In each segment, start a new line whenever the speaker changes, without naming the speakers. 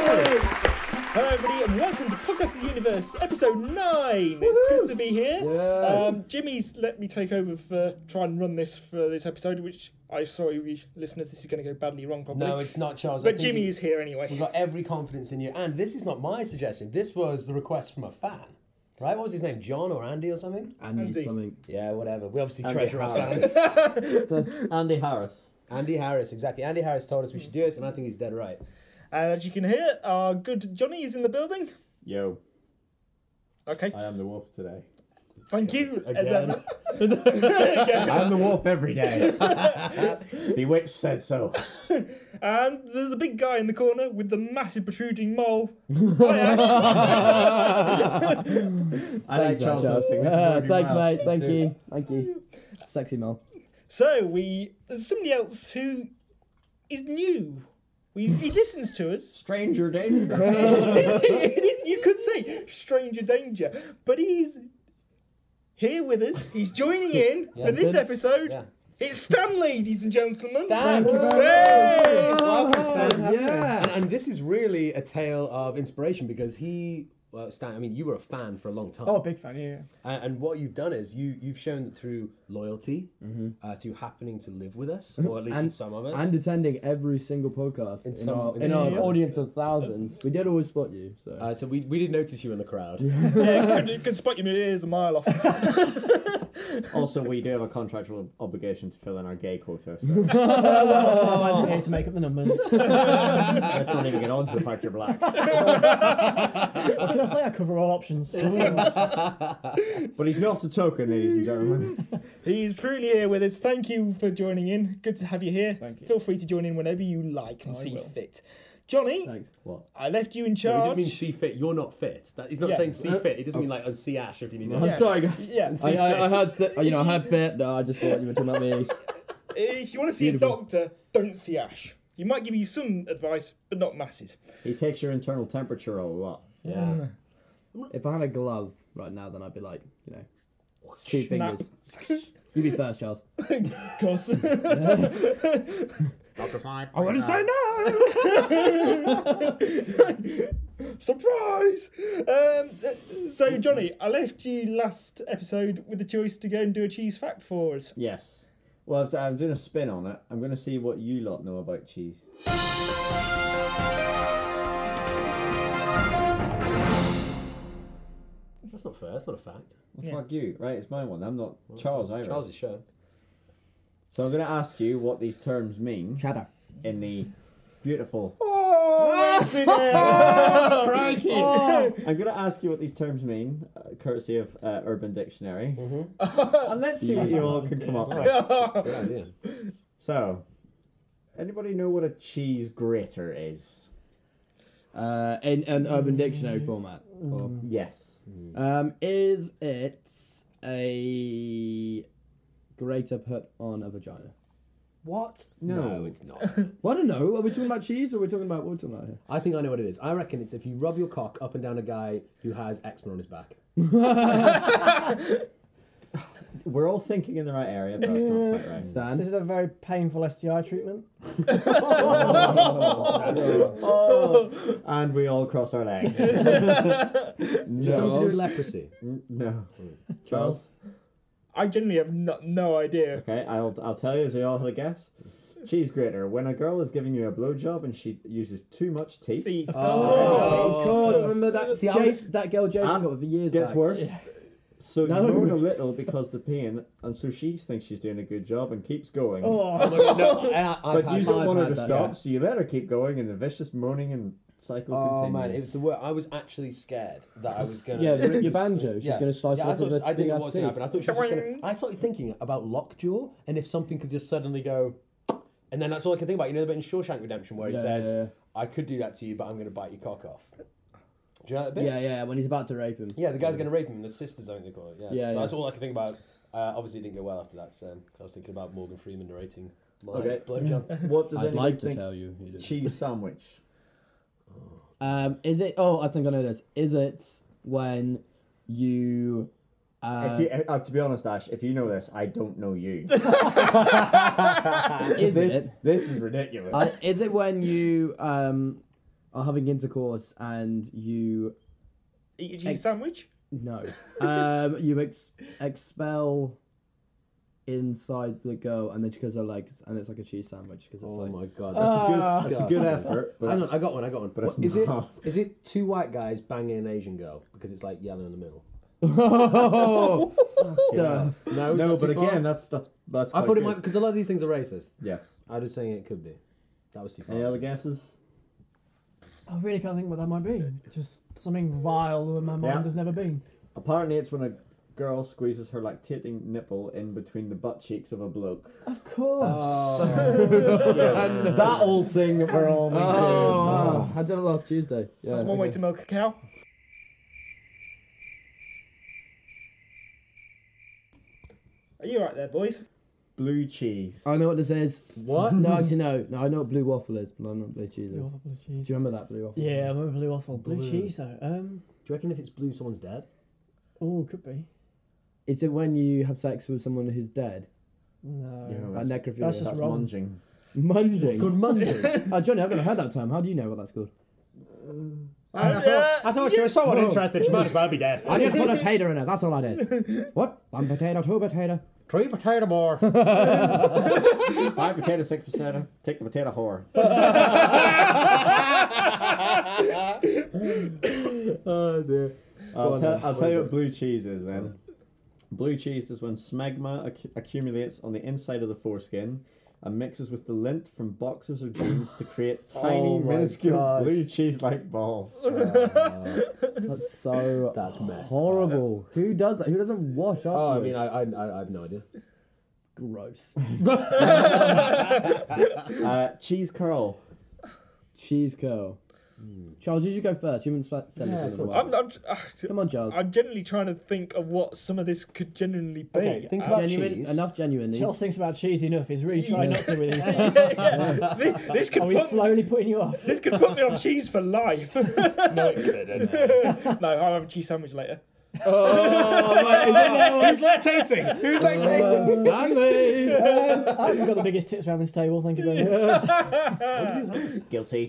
Hello, everybody, and welcome to Podcast of the Universe, episode 9. It's good to be here. Um, Jimmy's let me take over for try and run this for this episode, which I sorry, we, listeners, this is going to go badly wrong probably.
No, it's not Charles.
but
I think
Jimmy
you-
is here anyway.
We've got every confidence in you. And this is not my suggestion. This was the request from a fan. Right? What was his name? John or Andy or something?
Andy,
Andy.
something.
Yeah, whatever. We obviously
Andy
treasure our
Harris.
fans.
Andy Harris.
Andy Harris, exactly. Andy Harris told us we should do this, and I think he's dead right.
And Uh, as you can hear, our good Johnny is in the building.
Yo,
Okay,
I am the wolf today.
thank you.
Again.
Again.
I am the wolf every day. Bewitched said so.
And there's the big guy in the corner with the massive protruding mole. Hi, Ash.
I like
Thanks, Charles. Uh,
Charles.
I think this is
Yeah,
gonna be
thanks,
wild.
mate. Thank you. Thank you. Sexy Mel.
so we there's somebody else who is new. We, he listens to us.
Stranger danger.
it is, you could say stranger danger, but he's here with us. He's joining in for this
Yeah.
episode.
Yeah.
It's Stan, ladies and gentlemen.
Stan!
Thank you very
Hey!
much.
Welcome, Stan.
Yeah.
And, and this is really a tale of inspiration because he, well, Stan, I mean, you were a fan for a long time.
Oh, big fan, yeah.
And, and what you've done is you, you've shown that through loyalty, uh, through happening to live with us, or at least with some of us.
Mm-hmm. And attending every single podcast in,
some-
our,
in
in our
some-
audience of thousands. We did always spot you, so.
uh, so we, we did notice you in the crowd.
Yeah, could, could spot your ears a mile off.
Also, we do have a contractual obligation to fill in our gay quota. So
Oh, I was here to make up the numbers.
that's not even an odds the fact you're black.
How can I say I cover all options?
But he's not a token, ladies and gentlemen.
He's truly here with us. Thank you for joining in. Good to have you here.
Thank you.
Feel free to join in whenever you like and
I
see
will.
fit. Johnny,
Thanks.
What?
I left you in
No, he didn't
charge.
mean see fit. You're not fit. That, he's not
Yeah.
saying see
Uh,
fit. He doesn't mean like oh, see Ash if you need.
I'm
it.
sorry, guys.
yeah,
I, I, I had, th- you know, I had bit. No, I just thought you were talking about me.
if you want to see a
Beautiful.
doctor, don't see Ash. He might give you some advice, but not masses.
He takes your internal temperature a lot.
Yeah.
If I had a glove right now, then I'd be like, you know, two
Snap.
fingers. You be first, Charles.
Of course.
I want to say no.
Surprise! Um, uh, so, Johnny, I left you last episode with the choice to go and do a cheese fact for us.
Yes. Well, if I'm doing a spin on it. I'm going to see what you lot know about cheese.
That's not fair. That's not a fact.
Yeah.
Fuck you, right? It's my one. I'm not Charles either.
Charles is shown.
So I'm going to ask you what these terms mean
Shadow.
in the beautiful
Oh, that's in there.
I'm going to ask you what these terms mean, uh, courtesy of uh, Urban Dictionary.
Mm-hmm.
and let's see what you all can come up with.
Good idea.
So, anybody know what a cheese grater is?
Uh, in an Urban Dictionary format. Or,
Yes.
Um, is it a grater put on a vagina?
What? No.
it's not.
Well, I don't know. Are we talking about cheese or are we talking about what are we talking about here?
I think I know what it is. I reckon it's if you rub your cock up and down a guy who has eczema on his back.
We're all thinking in the right area, but that's not quite right.
Stan?
This is a very painful STI treatment.
Oh, and we all cross our legs.
Something to do
Charles?
with leprosy.
no.
Hmm.
Charles?
I generally have no, no idea.
Okay, I'll, I'll tell you as we all had a guess. Cheese grater. When a girl is giving you a blowjob and she uses too much uh, teeth,
See,
Oh, God, remember that,
See, I
Jason- that girl Jason
Ah,
got for years
gets
back.
worse. So
No.
moan a little because the pain, and so she thinks she's doing a good job and keeps going.
Oh my God, no.
but you don't
I've
want her
had
to
that,
stop,
yeah.
so you let her keep going, and the vicious moaning and cycle
Oh
continues.
man, it was the worst. I was actually scared that I was gonna.
Yeah, your- your banjo. She's
Yeah.
going to slice
yeah,
off
I, thought,
of a
I didn't
big
know
ass
what was going to happen. I thought she was just going to. I started thinking about lockjaw and if something could just suddenly go, and then that's all I can think about. You know the bit in Shawshank Redemption where he
Yeah,
says,
yeah, yeah.
"I could do that to you, but I'm going to bite your cock off." Do you know that bit?
Yeah, yeah, when he's about to rape him.
Yeah, the guy's going to rape him. The sisters, I think they call it. Yeah.
Yeah,
so
yeah.
that's all I can think about. Uh, obviously, it didn't go well after that. So 'cause I was thinking about Morgan Freeman narrating my
Okay.
blowjob.
What does
I'd
anyone
like to
think?
tell you. he didn't.
Cheese sandwich.
Um, is it? Oh, I think I know this. Is it when you? Uh,
if you, uh, to be honest, Ash, if you know this, I don't know you.
Is
this,
it?
this is ridiculous.
uh, is it when you um are having intercourse and you Oh,
Eat a cheese sandwich?
no um you ex- expel inside the girl and then she goes her legs and it's like a cheese sandwich because it's
Oh
like
my god,
Ah.
that's a good,
That's a good
Oh,
disgusting.
effort, but
Hang on,
it's-
I got one. I got one.
but it's
Is it
not.
is it two white guys banging an Asian girl because it's like yellow in the middle?
oh,
Yeah.
No, is
No,
that
but
too far?
again, that's that's that's.
I
quite
thought it
good.
might because a lot of these things are racist.
Yes.
I was saying it could be. That was too far.
Any other guesses?
I really can't think what that might be. Just something vile that my mind
Yeah.
has never been.
Apparently, it's when a girl squeezes her lactating nipple in between the butt cheeks of a bloke.
Of course.
Oh. that old thing that we're all
Oh.
wow. uh, oh, I did it last Tuesday. Yeah,
That's one way
okay.
to milk a cow. Are you alright there, boys?
Blue cheese.
I know what this is.
What?
No, actually, no. No, I know what blue waffle is, but I don't know what blue cheese is.
Blue
Do
waffle, blue cheese.
you remember that blue waffle?
Yeah, I remember blue waffle. Blue,
Blue.
cheese though. Um,
Do you reckon if it's blue, someone's dead?
oh, could be.
Is it when you have sex with someone who's dead?
No.
Yeah,
Like necrophilia.
that's just-
Oh, that's
wrong.
munging.
It's
Munging.
called munging.
Oh, Johnny, I've never heard that term. How do you know what that's called?
I thought- I
thought she was someone
Whoa.
interested. She might as well be dead.
I just put a tater in it. That's all I did. What? One potato, two potato.
Three potato Oh, more.
Five potato, six potato. Take the potato whore. oh dear.
Go
I'll,
on
tell-
then.
I'll
What is
tell you what
it?
blue cheese is then. Blue cheese is when smegma acc- accumulates on the inside of the foreskin and mixes with the lint from boxers or jeans to create tiny,
Oh my
minuscule
gosh.
blue cheese like balls.
That's so
Uh, That's messed. up.
horrible. Who does that? Who doesn't wash up?
Oh, I mean, I, I, I, I have no idea.
gross.
Uh, cheese curl.
Cheese curl. Charles, you should go first. You haven't sp- said anything in a while.
I'm, ah, I'm,
Come on, Charles.
I'm generally trying to think of what some of this could genuinely be.
Okay, think
Uh,
about
genuine,
cheese.
enough genuine. These-
Charles thinks about cheese enough. He's really trying not to with these.
yeah, yeah. This, this could
Are we
put,
slowly putting you off?
this could put me on cheese for life.
No, it couldn't.
no, I'll have a cheese sandwich later.
Oh, wait, is
Who's lactating? Who's
Uh,
lactating?
it- Stanley!
Um, I've got the biggest tits around this table. Thank you very much.
Guilty.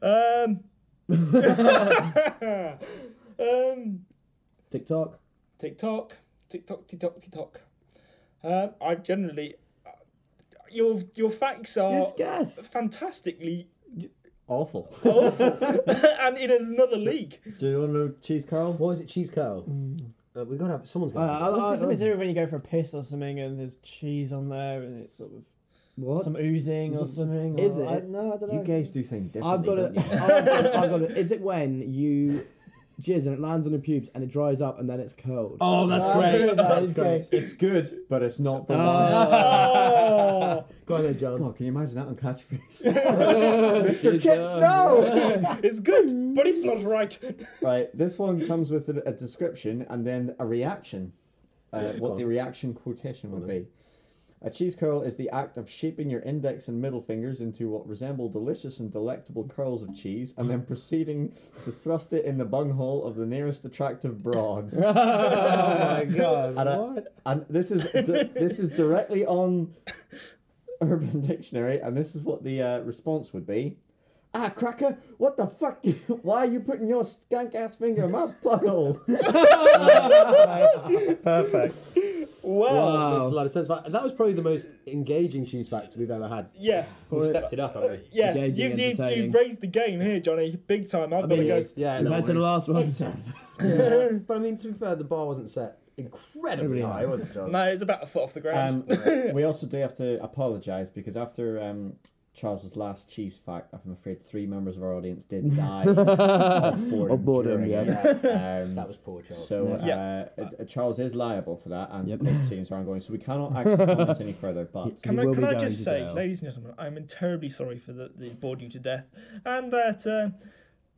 Um, um,
TikTok.
TikTok, TikTok, TikTok, TikTok. Um, I generally, uh, your your facts are
Just guess.
fantastically
Awful.
awful, and in another league.
Do you want to know cheese curl?
What is it? Cheese curl.
Mm.
Uh, we gotta have someone's
Uh,
got.
I-
to
Must
I-
be something
I-
to do with when you go for a piss or something and there's cheese on there and it's sort of
What?
some oozing or something.
Is
or, I,
it?
no, I don't know.
You guys do things differently.
I've got it.
don't you?
I've got it. I've got it. Is it when you jizz and it lands on the pubes and it dries up and then it's curled?
oh, that's great.
That
That's
is
great.
great.
It's good, but it's not the one.
Oh.
Go on, then, John.
God, can you imagine that on catchphrase?
Mr. Chips, no!
It's good, but it's not right.
right, this one comes with a, a description and then a reaction. Uh, what the reaction quotation would be. A cheese curl is the act of shaping your index and middle fingers into what resemble delicious and delectable curls of cheese, and then proceeding to thrust it in the bunghole of the nearest attractive broad.
Oh my god.
And, I- and this is di- this is directly on Urban Dictionary, and this is what the uh, response would be. Ah, cracker! What the fuck? Why are you putting your skank ass finger in my plug hole?
Perfect.
Wow.
Oh, That makes a lot of sense. But that was probably the most engaging cheese fact we've ever had.
Yeah.
We've stepped it up, haven't we?
Yeah, you've,
Engaging,
you've,
entertaining.
you've raised the game here, Johnny, big time. I've got to
mean,
go.
it's-
Yeah, no
Compared to the
worries.
last one.
Yeah. But I mean, to be fair, the bar wasn't set incredibly high, was it, John?
No, it's about a foot off the ground.
Um, we also do have to apologise because after um, Charles's last cheese fact, I'm afraid three members of our audience did die of boredom.
Of boredom,
during
yeah.
it. Um,
That was poor, Charles.
So
Yeah.
uh, uh, Charles is liable for that, and the teams are ongoing, so we cannot actually comment any further. But
can
we
I,
will
can
be
I
going
just
to
say,
jail.
ladies and gentlemen, I'm terribly sorry for the, the bored you to death, and that uh,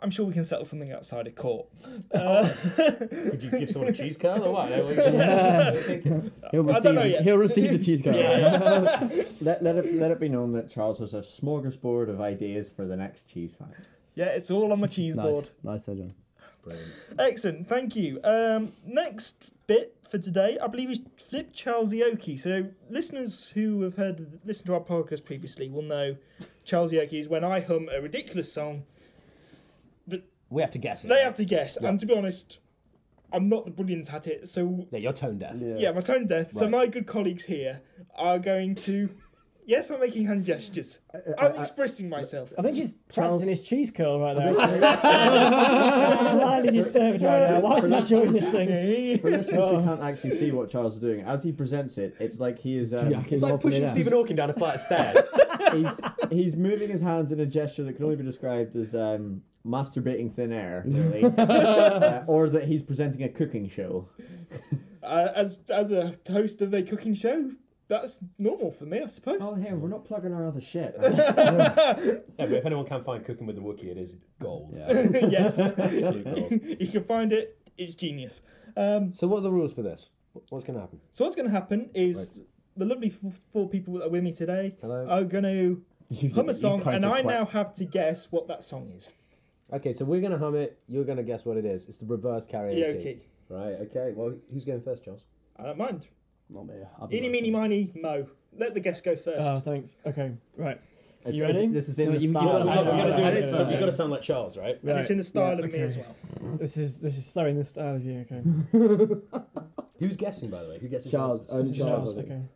I'm sure we can settle something outside of court. Uh,
Could you give someone a cheese curl or what?
He'll
I
receive,
don't know yet.
he'll receive the cheese card.
Let, let, it, let it be known that Charles has a smorgasbord of ideas for the next cheese fight.
Yeah, it's all on my cheese board.
Nice, nice, John.
Excellent, thank you. Um, next bit for today, I believe, is Flip Charlesioki. So, listeners who have heard listened to our podcast previously will know Charlesioki is when I hum a ridiculous song.
We have to guess it.
They have to guess, and to be honest, I'm not the brilliant at it. So,
Yeah, you're tone deaf.
yeah, my tone deaf. So,
Right.
my good colleagues here are going to. Yes, I'm making hand gestures.
Uh,
I'm expressing myself.
I think he's
Charles-
practicing his cheese curl right now. Slightly disturbed right now. Why did I join this thing?
For listeners
Oh.
who can't actually see what Charles is doing, as he presents it, it's like he is um,
Jack is
It's like
laughing
pushing
at us.
Stephen Hawking down a flight of stairs.
he's, he's moving his hands in a gesture that can only be described as um, masturbating thin air, really, Uh, or that he's presenting a cooking show.
Uh, as as a host of a cooking show, that's normal for me, I suppose.
Oh, hey, we're not plugging our other shit.
yeah, but if anyone can find cooking with the Wookiee, it is gold.
yeah.
yes,
Absolute gold.
you can find it. It's genius. Um,
So what are the rules for this? Wh- What's going to happen?
so what's going to happen is the lovely f- four people that are with me today
Hello.
are going to
You-
hum
you
a song,
can't
and
just
I
quite-
now have to guess what that song is.
Okay, so we're going to hum it. You're going to guess what it is. It's the reverse karaoke.
Yeah, okay.
Right, okay. Well, who's going first, Charles?
I don't Uh, mind.
Not me. I've
Eeny,
got
meeny,
it.
miny, mo. Let the guest go first.
Oh, thanks. Okay, right.
It's-
You
it's-
ready?
This is in the
No, you- you
style.
gotta-
We've
I
got
don't know.
to do
I
it,
don't
so
know.
you've got to sound like Charles, right?
and it's in the style
yeah,
of me
okay.
as well.
This is this is so in the style of you. Okay,
Who's guessing, by the way? Who guesses
Charles,
first?
only
this is
Charles,
Charles.
I think.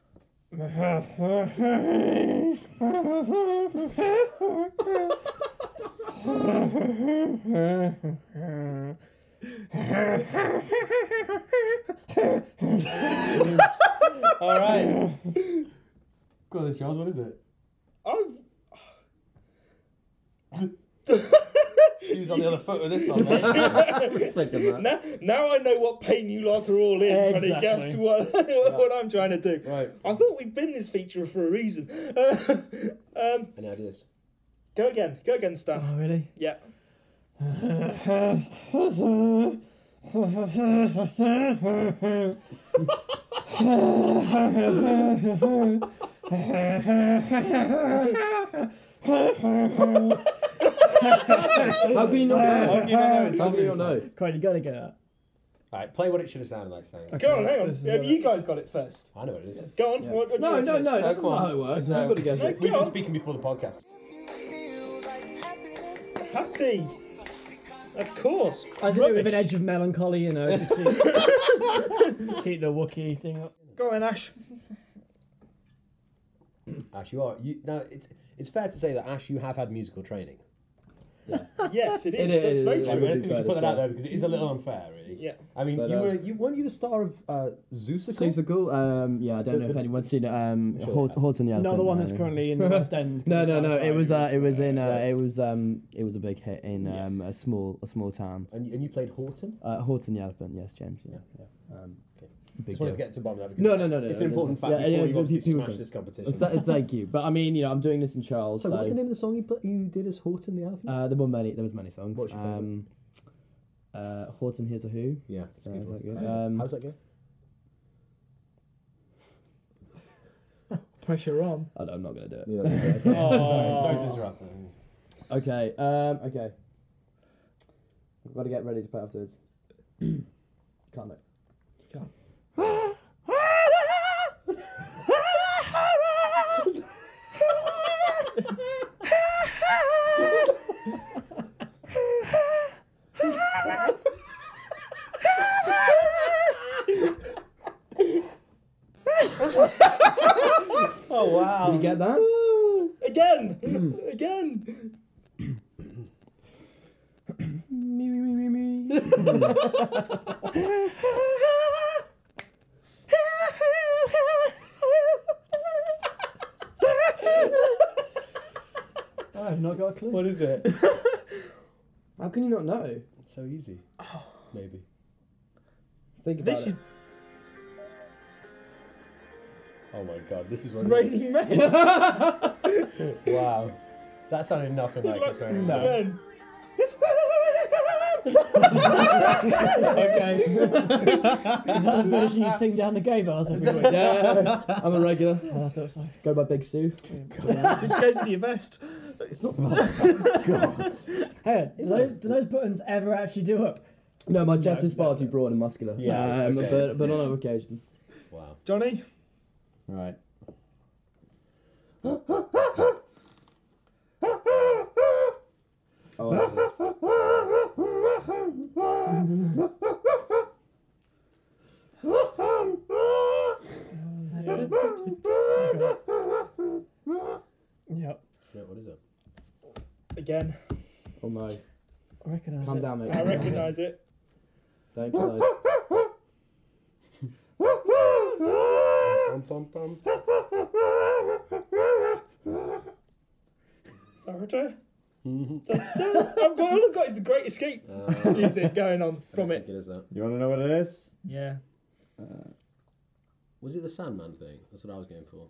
Okay.
All right. Go on, then, Charles. What is it?
Oh,
He was on the other foot with this one. mate.
It's like a ma-
now, now I know what pain you lot are all in trying to
Exactly.
guess what, what I'm trying to do.
right.
I thought we'd been this feature for a reason. um,
And now it is.
go again. Go again, Stan.
Oh, really?
Yeah.
How can you not know?
you don't know it's
How can you not know?
Quite, you gotta get that.
All right, play what it should have sounded like. Saying.
Okay.
Go on, hang on.
This is
Have
a-
you guys got it first?
I know what it is.
Go on. What, what do you
No,
reckon
no,
it is?
no. That's
come
not
on.
how it works.
No.
You've got to guess
No,
it.
go
We've been
on.
speaking before the podcast.
Happy. Of course.
I did it
Rubbish.
with an edge of melancholy, you know, to keep, keep the Wookiee thing up.
Go on, Ash.
Ash, you are. You, now, it's it's fair to say that Ash, you have had musical training.
Yes, it is.
It
That's
is,
very
it
I
would
true.
mean, I
be
think we
fair
should
to
put that
say.
out there because it is a little unfair, really.
Yeah.
I mean,
But,
you
um,
were you weren't you the star of uh, Zeusical?
Musical? Um, yeah, I don't know if anyone's seen it. Um, Hor- Horse and the
Not the
Elephant,
one that's
no.
currently in the West End.
No, no, no. It was. Uh, it was in. Uh,
yeah.
it was. Um, it was a big hit in um, a small, a small town.
And, you- and you played Horton.
Uh, Horton the Elephant. Yes, James. Yeah.
Um, okay.
Big
Just wanted
deal.
to get to the bottom of that. because
No, no, no, no.
It's
no,
an important
no.
fact before you've
pe-
obviously
people
smashed
say-
this competition.
Th- thank you, but I mean, you know, I'm doing this in Charles. So,
so, what's the name of the song you put, you did as Horton the Elephant?
Uh, there were many. There was many songs.
What's your favourite?
um, uh, Horton here's a who.
yeah, it's a
So,
good
like,
one.
yeah. Um,
How does that go?
Pressure on.
I don't, I'm not gonna do it.
Sorry to interrupt.
Okay. Um. Okay. I've got to get ready to play afterwards. Can't look.
Can't.
Oh wow!
Did you get that?
Again. Again.
me me me me me.
I've not got a clue.
What is it?
How can you not know?
so easy. Maybe.
Think about
This
it.
is
Oh my god, this is where
raining men.
Wow. That sounded nothing like it's raining.
Again. okay.
Is that the version you sing down the gay bars every week?
Yeah, I'm a regular.
Oh, I thought so.
Go by Big Sue.
It goes with your vest.
It's not.
Hang on, do those, do those buttons ever actually do up?
No, my chest
No,
is far too broad and muscular.
Yeah,
um,
okay.
but, but on other occasions.
Wow.
Johnny?
Right.
Oh, I-
Yep.
Shit, what is it?
Again.
oh my.
I recognise
Calm
it.
down, mate.
I recognise it.
Don't play.
Bum, bum, bum.
Naruto? I've got, all I've got is the Great Escape
Uh,
music going on from
I think
it.
it is that.
You want to know what it is?
Yeah.
Was it the Sandman thing? That's what I was going for.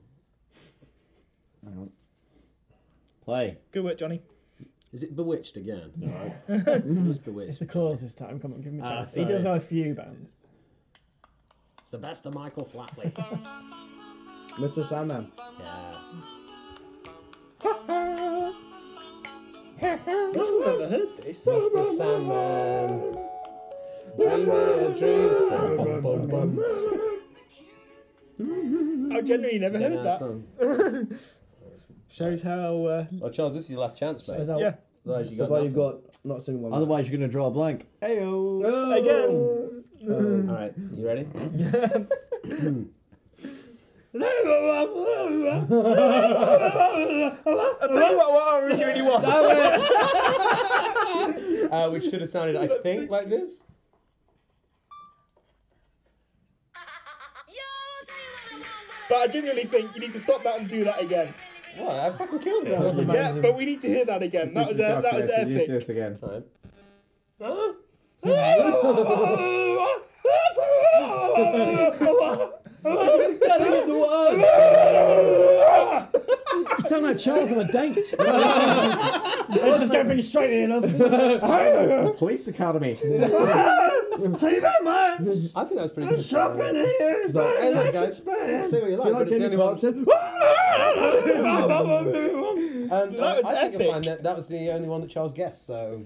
I don't. Play.
Good work, Johnny.
Is it Bewitched again? No. it was Bewitched.
It's the chorus this time. Come on, give him a
Ah,
chance. he does know
sorry.
a few bands.
It's the best of Michael Flatley.
Mr. Sandman.
yeah.
I'm not sure I've ever heard this.
Mr. Sandman. Dream a dream. Bum, bum, bum, bum.
I genuinely never
Then
heard
our
that.
son-
Shows how. Uh,
Oh, Charles, this is your last chance, mate.
Is that-
yeah.
Otherwise, you
So
got
why you've
nothing.
got not seen one.
Otherwise, you're going to draw a blank. Ayo.
Oh.
Again.
All right, you ready?
I'll tell you what, what I really want.
Uh, which should have sounded, I think, like this.
But I genuinely think you need to stop that and do that again.
What? I fucking killed it.
That's
Yeah,
amazing.
but we need to hear that again. That was, uh, that was
Use
epic.
this again.
All right.
You sound like Charles on a date. Let's just go finish straight here, love.
Police Academy.
I think that was pretty good.
here.
It's like,
Hey, look, guys. Say what you like,
Do you
but
like
it's the
Jamie
only one.
Clarkson?
Um,
That was
I, I think
epic.
you'll find that that was the only one that Charles guessed. So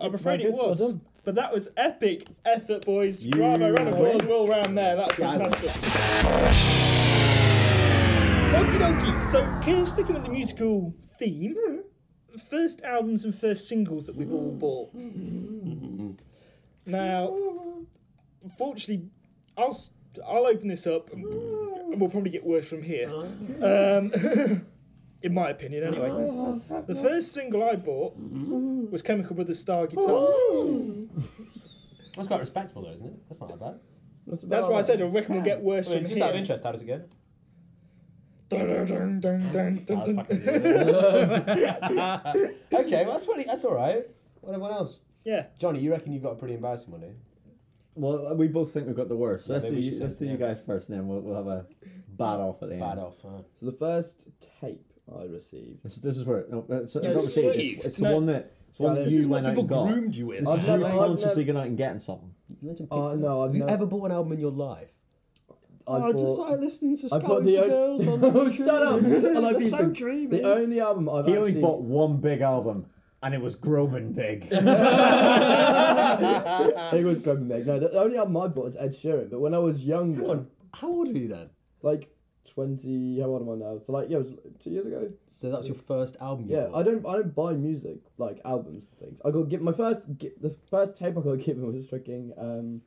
I'm afraid
Well
it
good, well
was.
done.
but that was epic effort, boys.
You
Bravo, round of
win.
applause all round there. That's
Yeah, I win.
fantastic. Okie dokie. So, Keir, sticking with the musical theme, first albums and first singles that we've all bought. now, unfortunately, I'll, s- I'll open this up and and we'll probably get worse from here. Um, in my opinion, anyway. The first single I bought was Chemical Brothers Star Guitar.
that's quite respectable, though, isn't it? That's not that bad.
That's why I said I reckon we'll get worse
Wait,
from
just out of
here.
interest, how does it go?
Dun, dun, dun, dun, dun,
That was
dun.
fucking good. okay, well, that's pretty. That's all right. What everyone else?
Yeah.
Johnny, you reckon you've got a pretty embarrassing one, eh? do you?
well, uh, we both think we've got the worst. So
Yeah,
let's do,
maybe we
you,
should
let's
say-
do you
yeah.
guys first, and then we'll, we'll have a bad off at the end.
Bad off. Huh?
So the first tape I received.
This, this is where. No, it's,
Yeah,
it's not received. It's,
received.
it's
No.
the one that. It's the one
Yeah,
that
this
you went out and got. This
you with.
is
I've
you
never- I've
consciously
never-
going out and getting something.
You went and picked
Oh,
it
no,
up?
I've
Have you
never-
ever bought an album in your life?
I
I just
bought.
started listening to
I
Sky
bought
for
the.
Girls on
oh, shut up! I like
That's
these
so
things.
dreamy.
The only album I've
He only
actually.
bought one big album, and it was Groban Big.
I think it was Grubby Meg. No, the only album I bought is Ed Sheeran. But when I was younger,
Hang on, how old were you then?
like twenty, how old am I now? So like, yeah, it was two years ago.
So that's your first album. You
Yeah,
bought.
I don't, I don't buy music like albums and things. I got given my first, gi- the first tape I got given was freaking. Um,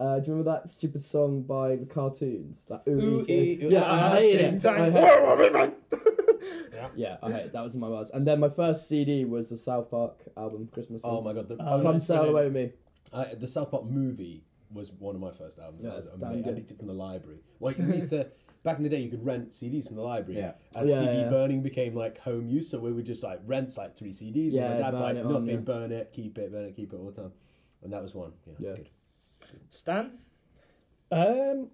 uh, do you remember that stupid song by the cartoons? That ooh,
Ooh,
ee,
ee,
yeah,
ah,
I hated
ting,
it. I
tang.
hated it.
Whoa, whoa, whoa, whoa.
Yeah, I hated it. That was in my worst. And then my first CD was the South Park album, Christmas.
Oh
one.
my god, the,
Oh,
Come
that's
sail
brilliant.
away with me.
I, the South Park movie was one of my first albums.
Yeah,
that was
damn
amazing. I
good.
nicked it from the library. Well, we used to back in the day, you could rent CDs from the library.
Yeah.
As
Oh, Yeah,
CD
yeah.
burning became like home use, so we would just like rent like three CDs. Yeah, my dad
Yeah, burn
like
it on,
nothing,
yeah.
burn it, keep it, burn it, keep it all the time. And that was one. Yeah.
Yeah.
that's Good.
Stan?
Um,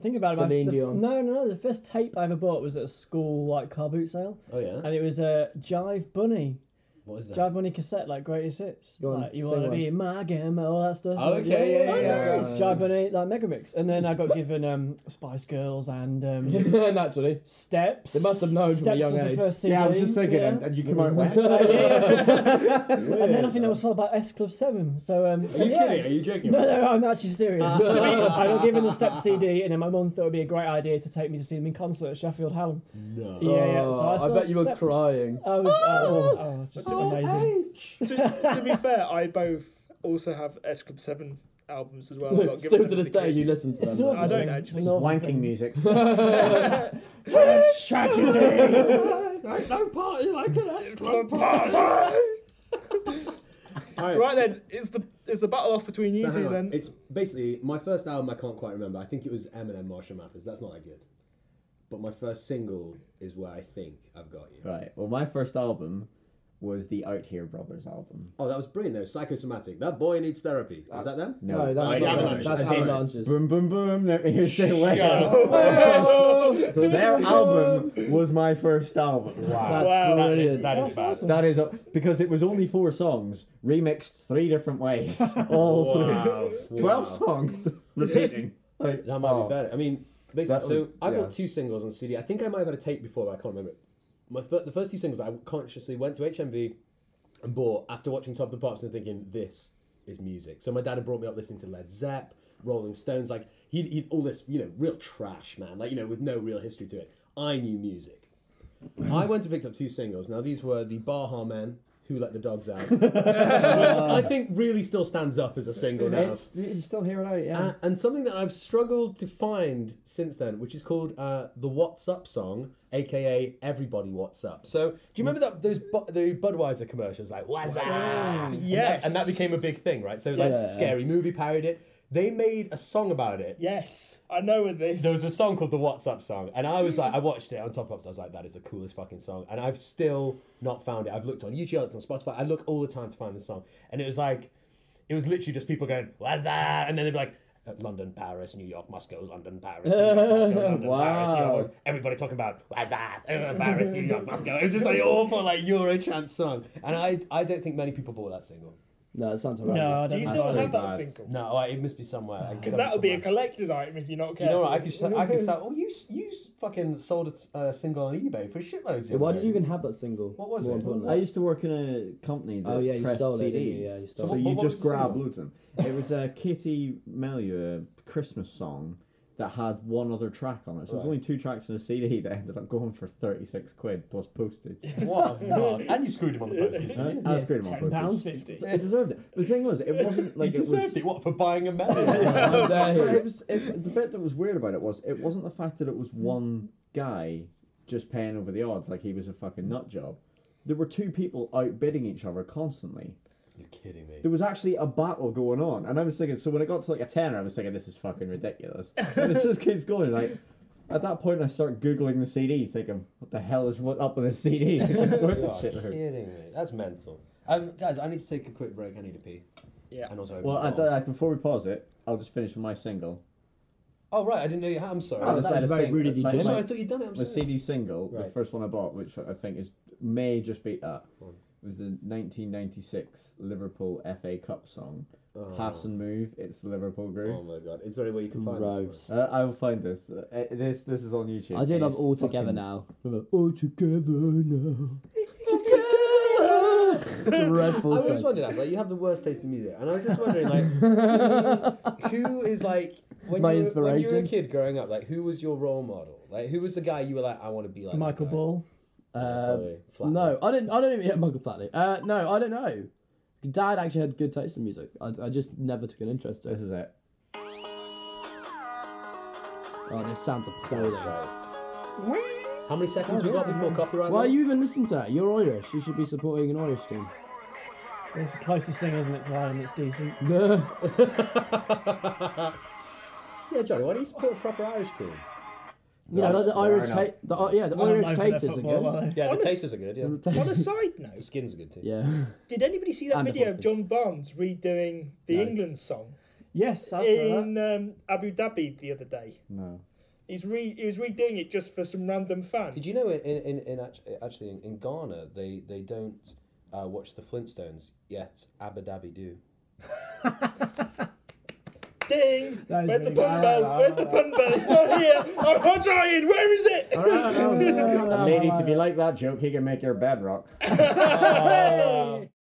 think about it. my-
Celine
the f-
Dion.
No, no, no. The first tape I ever bought was at a school like car boot sale,
Oh yeah.
and it was a Jive Bunny.
What is that?
Jive Money cassette, like greatest hits.
Go on,
like, you
sing
wanna
one.
be my game, all that stuff.
Oh, okay, yeah, yeah,
yeah.
Jive Money, like Megamix, and then I got given um, Spice Girls and um,
Naturally.
Steps.
They must have known from a
Steps
young
was
age.
The first CD.
Yeah, I was just thinking,
yeah.
and, and you come out wet.
and then I think that was followed by S Club 7. So, um,
Are you
yeah.
kidding? Are you joking?
No, no, I'm actually serious. I got given the Step CD, and then my mum thought it would be a great idea to take me to see them in concert at Sheffield Hallam.
No.
Yeah, yeah. So I,
Oh, I
saw
bet you were
Steps.
crying.
I was, oh, oh, it was just amazing.
to, to be fair, I both also have S Club Seven albums as well. I got given
Still to
them as
this
a
day,
kid.
you listen to
It's
them.
not
I don't
thing.
actually.
It's not
Wanking music.
Tragedy.
no party like an S club
Right then, is the is the battle off between you
Oh, So hang
two
on.
then?
It's basically my first album. I can't quite remember. I think it was Eminem, Marshall Mathers. That's not that good. But my first single is where I think I've got you.
Right. Well, my first album was the Out Here Brothers album.
Oh, that was brilliant though. Psychosomatic. That boy needs therapy. Is that them?
No,
No,
I
that's
didn't
not
know.
it. That's
I didn't know.
Avalanche's.
Boom, boom, boom. Let me hear you say
Shut
well.
Oh,
So their album was my first album.
Wow.
That's
Wow.
That is,
brilliant.
that is
That's
bad.
awesome.
That is a, because it was only four songs, remixed three different ways, all
Wow.
through twelve
Wow.
songs, repeating. Like,
That might
oh.
be better. I mean, basically,
That
so
would-
I've
yeah.
got two singles on CD. I think I might have had a tape before, but I can't remember. it. My fir- the first two singles I consciously went to HMV and bought after watching Top of the Pops and thinking this is music. So my dad had brought me up listening to Led Zepp, Rolling Stones, like he he all this you know real trash man, like you know with no real history to it. I knew music. I went to picked up two singles. Now these were the Baha Men. Who let the dogs out? Which I think really still stands up as a single now.
It's, you still hear it out, yeah.
Uh, and something that I've struggled to find since then, which is called uh, the What's Up song, aka Everybody What's Up. So, do you remember that those bu- the Budweiser commercials, like What's Up? And that-
Yes.
and that became a big thing, right? So, like,
Yeah.
scary movie parodied it. They made a song about it.
Yes, I know with this.
There was a song called the What's Up song, and I was like, I watched it on Top Ups. I was like, that is the coolest fucking song, and I've still not found it. I've looked on YouTube, I looked on Spotify. I look all the time to find this song, and it was like, it was literally just people going What's that? and then they'd be like. uh, London, Paris, New York, Moscow, London, Paris, New York, Moscow, London, Paris, New York.
Wow.
Moscow." Everybody talking about "What's that? Uh, Paris, New York, Moscow. It was just like awful, like Euro trance song, and I, I don't think many people bought that single.
No, it sounds
No, I
horrendous.
don't
Do you
know.
still have that
bad.
single?
No, I, it must be somewhere. I-
Because that would be a
somewhere.
collector's item if you're not
You
careful.
know what? I could, st- I could start. Oh, you s- you s- fucking sold a uh, single on eBay for shitloads.
Yeah,
of
Why
it.
did you even have that single?
What was
More
it?
importantly.
I used to work in a company that
Oh, yeah, you
pressed
stole it,
CDs.
didn't you? Yeah, you stole
so
it.
you
What- what was
just
the
grab
single?
loads of them. It was a Katie Melua Christmas song that had one other track on it. So there's
Right.
only two tracks on a CD that ended up going for 36 quid plus postage.
What a nod. And you screwed him on the postage.
Uh, I was great on
Ten
postage.
pounds fifty.
It deserved it. The thing was, it wasn't like
Like you
it
deserved
was.
it. What for buying a melody?
How dare
Well,
you.
it was it, the bit that was weird about it was it wasn't the fact that it was one guy just paying over the odds like he was a fucking nut job. There were two people outbidding each other constantly.
You're kidding me.
There was actually a battle going on, and I was thinking. So when it got to like a tenner, I was thinking this is fucking ridiculous. and it just keeps going. Like at that point, I start googling the CD, thinking, "What the hell is what up with this CD?" It's just worth
You
the
are
shit.
kidding me. That's mental. Um, guys, I need to take a quick break. I need to pee.
Yeah.
And also.
well, I,
open the door.
I, before we pause it, I'll just finish with my single.
Oh right, I didn't know you. had- I'm sorry.
Oh,
I'm
that
Outside
was very
sing-
rude of you,
like,
Jim.
sorry.
my-
I thought you'd done it. I'm
my
sorry.
CD single, the
Right.
first one I bought, which I think is may just beat that,
Cool.
was the 1996 Liverpool FA Cup song,
Oh.
"Pass and Move." It's the Liverpool
Oh
groove.
my god. Is there any way you can find this?
Gross.
Uh, I will find this. Uh, uh, this this is on YouTube.
I do
It
love
is
all together
fucking-
now. Remember, All together now. Together.
I
Dreadful
always
song.
wondered that. Like, you have the worst taste in music, and I was just wondering, like, who, who is like when
My
you, were, when you were a
inspiration?
kid growing up, like, who was your role model? Like, who was the guy you were like, I want to be like? that
Michael
guy?
Ball.
Um,
Flatley.
no, I didn't. I don't even hit Michael Flatley. Uh, no, I don't know. Dad actually had good taste in music. I, I just never took an interest in
This
it.
is it.
Oh, this sounds absurd.
How many seconds we got before copyright?
Why are
law?
you even listening to that? You're Irish. You should be supporting an Irish team.
It's the closest thing, isn't it, to Ireland that's decent?
yeah, Johnny. Why don't you support a proper Irish team?
You know, the
There are
Irish
not.
tape. The, uh, yeah, the
I don't
Irish
know for their
taste isn't
football,
good.
are they?
Yeah,
Honest-
the taters are good. Yeah,
The
On a
Mm, taste-
side
the
note,
skin's are good too.
Yeah.
did anybody see that
And the
video of
Bolton.
John Barnes redoing the England song
Yes, I saw that.
in um, Abu Dhabi the other day?
No.
He's re he was redoing it just for some random fan.
Did you know in in, in act- actually in, in Ghana they they don't uh, watched the Flintstones yet. Abba Dabby Do.
Ding!
That
Where's
is
the
really
pun
bad.
bell? Where's the pun bell? It's not here. I'm not trying. Where is it?
Ladies, if you like that joke, he can make your bed rock.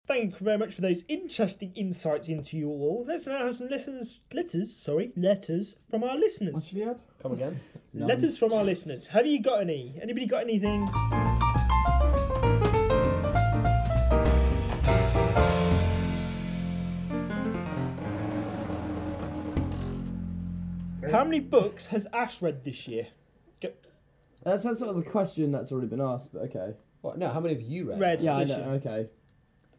Thank you very much for those interesting insights into you all. Let's now have some listeners, letters, sorry, letters from our listeners.
Come again.
Letters from our listeners. Have you got any? Anybody got anything? How many books has Ash read this year? Go-
That's, that's sort of a question that's already been asked, but okay.
What? No, how many have you read?
Read
Yeah, I
this
know.
year.
Okay.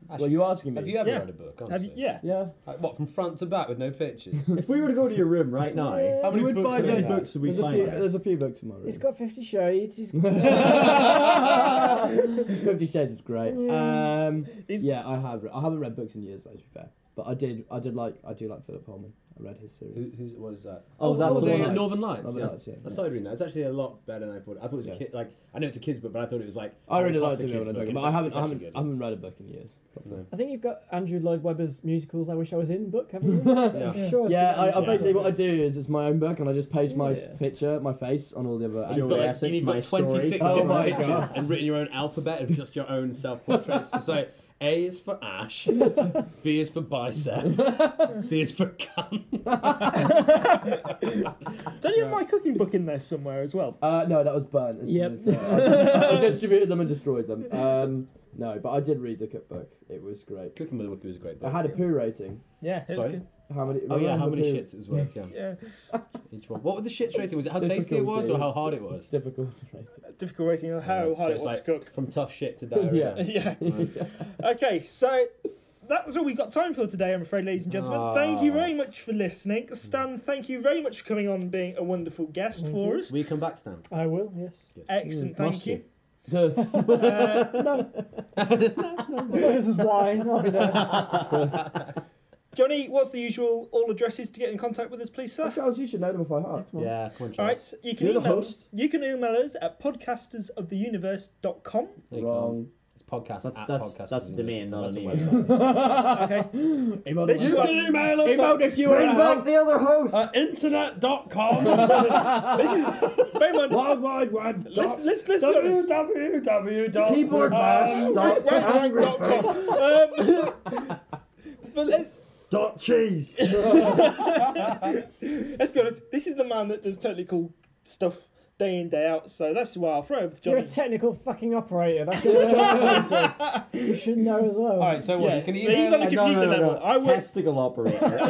Actually,
Well, you asking
Have
me?
you ever
Yeah.
read a book?
Have you,
honestly?
yeah.
Yeah.
Like, what from front to back with no pictures?
If we were to go to your room right now,
How
You
many
would
books
buy
have you
those
had?
books that we
There's a,
find
few,
there?
there's a few books in my room.
He's got Fifty Shades. He's got...
Fifty Shades is great. Um,
Is-
yeah, I have. Re- I haven't read books in years, though, to be fair. But I did. I did like. I do like Philip Pullman. I read his series.
Who, who's, what is that?
Oh, that's the one
Lights.
Northern Lights.
Northern
yeah.
Lights, yeah.
I started reading that. It's actually a lot better than I thought. I thought it was
Yeah.
a kid. Like I know it's a kids book, but I thought it was like
I really liked
Potter
it when I
kids
was
book.
younger, but
It's
I
actually-
haven't.
it's
I
actually
haven't,
good.
I haven't read a book in years.
I think you've got Andrew Lloyd Webber's musicals. I wish I was in book, haven't you? I'm sure
Yeah,
I've seen that
I, I
before.
basically what I do is it's my own book, and I just paste my
Yeah.
picture, my face on all the other.
Joey
But like,
Essex,
you've
my
got 26
stories.
Oh
different
my
pictures
God.
and written your own alphabet of just your own self-portraits. It's like A is for Ash, B is for bicep, C is for cunt.
Don't you have my cooking book in there somewhere as well?
Uh, no, that was burnt. as soon
Yep.
as, uh, I, I distributed them and destroyed them. Um, no, but I did read the cookbook. It was great.
Cooking with a Wiki was a great
I
book.
had a poo rating.
Yeah, it was
Sorry?
good.
How many?
Oh yeah, how
remember
many
poo-
shits it was worth? Yeah.
Yeah,
Each one. What was the shits rating? Was it how tasty it was
difficulty.
or how hard it
It's
was?
difficult to rate.
difficult rating of how
Yeah.
hard
So
it
it's
was
like
to cook.
From tough shit to diarrhea.
Yeah.
Yeah. okay, so that was all we've got time for today, I'm afraid, ladies and gentlemen. Thank you
Ah.
very much for listening. Stan, thank you very much for coming on and being a wonderful guest for us.
Will you come back, Stan?
I will. Yes.
Excellent, thank you.
it.
this is wine. I'll be there.
Johnny, what's the usual all addresses to get in contact with us, please, sir?
Charles, you should know them off by heart.
Yeah, come on,
All
Charles.
right, you can,
You're the
email,
host.
you can email us at podcastersoftheuniverse.com.
No, you
Wrong.
can't. It's podcast.
That's-
at
that's-
podcast
that's
is
a
the
domain, not
list.
an
That's a
email.
Okay.
website.
Email
This is
them.
the email us
Email
at
this URL.
the other host.
uh, internet.com. this is, bear in mind,
Wild wide wine.
Let's, let's, let's be honest. www.
Keyboard bash dot
Um, but let,
Dot cheese.
let's be honest. This is the man that does technical stuff day in day out. So that's why I'll throw over to
You're
Johnny.
a technical fucking operator. That's your job. so you should know as well.
All right, so what?
Yeah,
You can
but
email.
he's on the
No, no,
computer
no,
level.
no.
I would.
Testicle operator. It's really
Ah,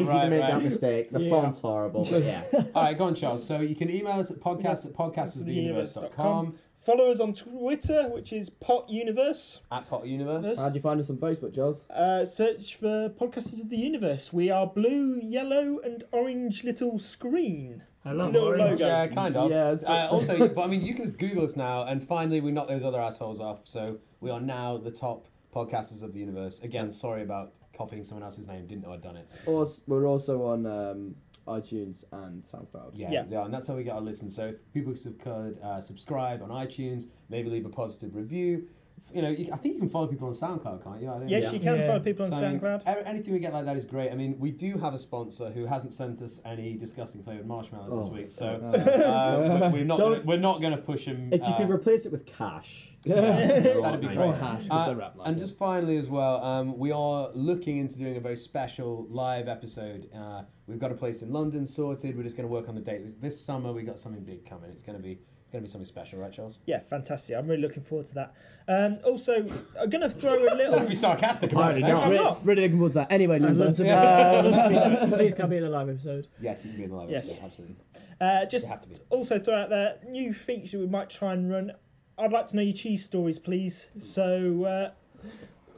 easy
right,
to make
right.
that mistake. The
Yeah.
font's horrible. but yeah.
All right, go on, Charles. So you can email us at podcast at podcastoftheuniverse.com,
Follow us on Twitter, which is Pot Universe.
at potuniverse.
How'd you find us on Facebook, Charles?
Uh, search for Podcasters of the Universe. We are blue, yellow, and orange little screen. Little logo.
Yeah, kind of.
Yeah, so-
uh, also, but I mean, you can just Google us now, and finally, we knocked those other assholes off. So we are now the top podcasters of the universe. Again, sorry about copying someone else's name. Didn't know I'd done it.
Or we're also on um, iTunes and SoundCloud.
Yeah,
Yeah.
they are, and that's how we get our listens. So if people sub- could uh, subscribe on iTunes, maybe leave a positive review. You know, you, I think you can follow people on SoundCloud, can't you? I don't
Yes,
know.
you can
Yeah.
follow people on
So,
SoundCloud.
a- Anything we get like that is great. I mean, we do have a sponsor who hasn't sent us any disgusting flavored marshmallows this
Oh.
week, so uh, we- we're not gonna,
Don't-
we're not going to push him.
If you
uh,
could replace it with cash.
That'd be
Nice.
great.
Or
hash, 'cause
Uh,
they're wrapped like
and
that.
just finally, as well, um, we are looking into doing a very special live episode. Uh, we've got a place in London sorted. We're just going to work on the date. This summer, we got something big coming. It's going to be it's going to be something special, right, Charles?
Yeah, fantastic. I'm really looking forward to that. Um, also, I'm going to throw a
Not to
little.
be sarcastic
I
about
already
it. eh?
know.
I'm
Really,
not.
really looking forward to that. Anyway,
I'd
loser.
love to be
Um,
there. Please can be in a live episode.
Yes, you can be in the live.
Yes.
Yeah, absolutely.
Uh,
You
just
have to be.
also throw out there new feature we might try and run. I'd like to know your cheese stories, please. So uh,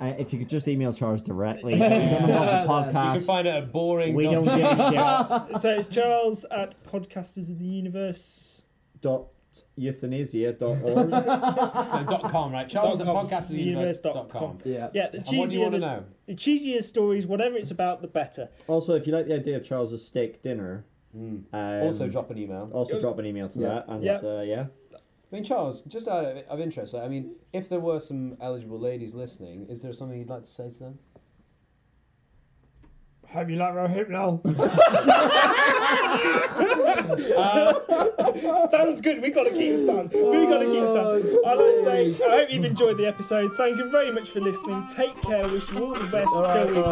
Uh, if you could just email Charles directly. Don't involve the
You can
podcast.
find it at boring.
We don't give a shit.
so it's Charles at Podcasters of the Universe.
Dot euthanasia.org.
no, dot com, right? Charles at
com.
podcastoftheuniverse.com.
Dot com.
yeah.
Yeah, the
And what do
cheesier
you want to
the,
know?
the cheesier stories, whatever it's about, the better.
Also, if you like the idea of Charles's steak dinner,
Mm.
um, oh.
Also, drop an email.
also drop an email to
Yeah.
that. And
Yeah.
uh, yeah,
I mean, Charles, just out of, of interest, I mean, if there were some eligible ladies listening, is there something you'd like to say to them?
Hope you like Rohit now.
Stan's Uh, good. We gotta keep Stan. We gotta keep Stan. I'd like to say, I hope you've enjoyed the episode. Thank you very much for listening. Take care. Wish you all the best till we go.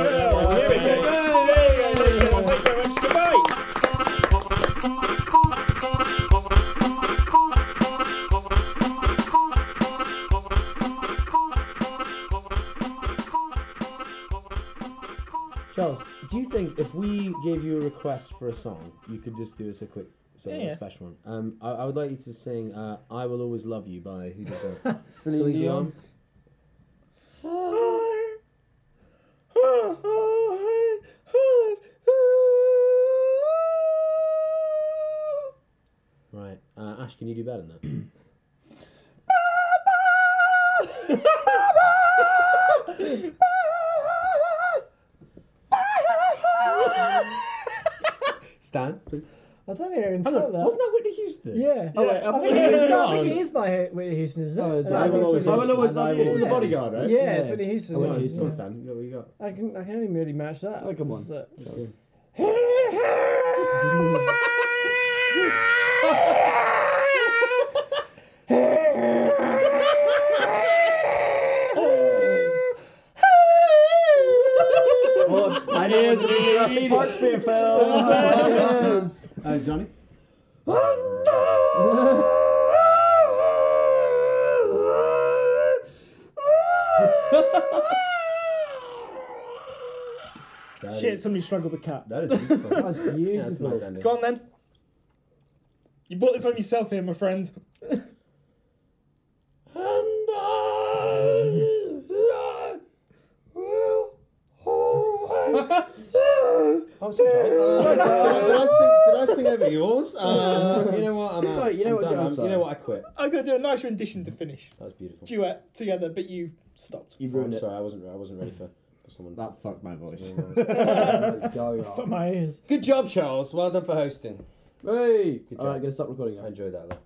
Here we go. Yay, yay, yay, yay. Thank you very much. Goodbye.
Charles, do you think if we gave you a request for a song, you could just do us a quick sort of
Yeah, yeah.
special one? Um, I, I would like you to sing uh, "I Will Always Love You" by who did that?
Celine Dion.
Right, uh, Ash, can you do better than that?
Stan, please.
I don't hear him talk that.
that Whitney Houston?
Yeah.
Oh, wait,
I
I'm
think,
sorry.
it is, no, I think it is by Whitney Houston, isn't
Oh,
it?
is it?
I
I
think
Will
it's
Always
Whitney-
Love You.
always
I
love
Will
you.
Always
It's the
Love You.
bodyguard, right?
Yeah,
Oh, Yeah.
it's Whitney Houston.
I Will
yeah.
Always
Yeah.
Love
Stan, what have you got?
I can I can only really match that.
Oh, come on.
It's, uh,
Look,
My name is Jurassic Park's being filmed.
yes.
Uh, Johnny?
Shit, somebody strangled the cat.
That is beautiful.
That's
That's nice
beautiful.
ending.
Go on then. You bought this on yourself here, my friend.
Oh, sorry, Charles.
did, I sing, did I sing over yours? Uh, you know what? I'm out.
Sorry, you know
I'm
what,
done.
John,
I'm- you
sorry.
know what? I quit.
I'm gonna do a nice rendition to finish.
That was beautiful.
Duet together, but you stopped.
You
I'm
ruined it.
sorry, I wasn't. I wasn't ready for, for someone.
That fucked my voice.
Go,
for
y'all.
my ears.
Good job, Charles. Well done for hosting.
Hey.
Good
All right,
job.
gonna stop recording now.
I enjoyed that though.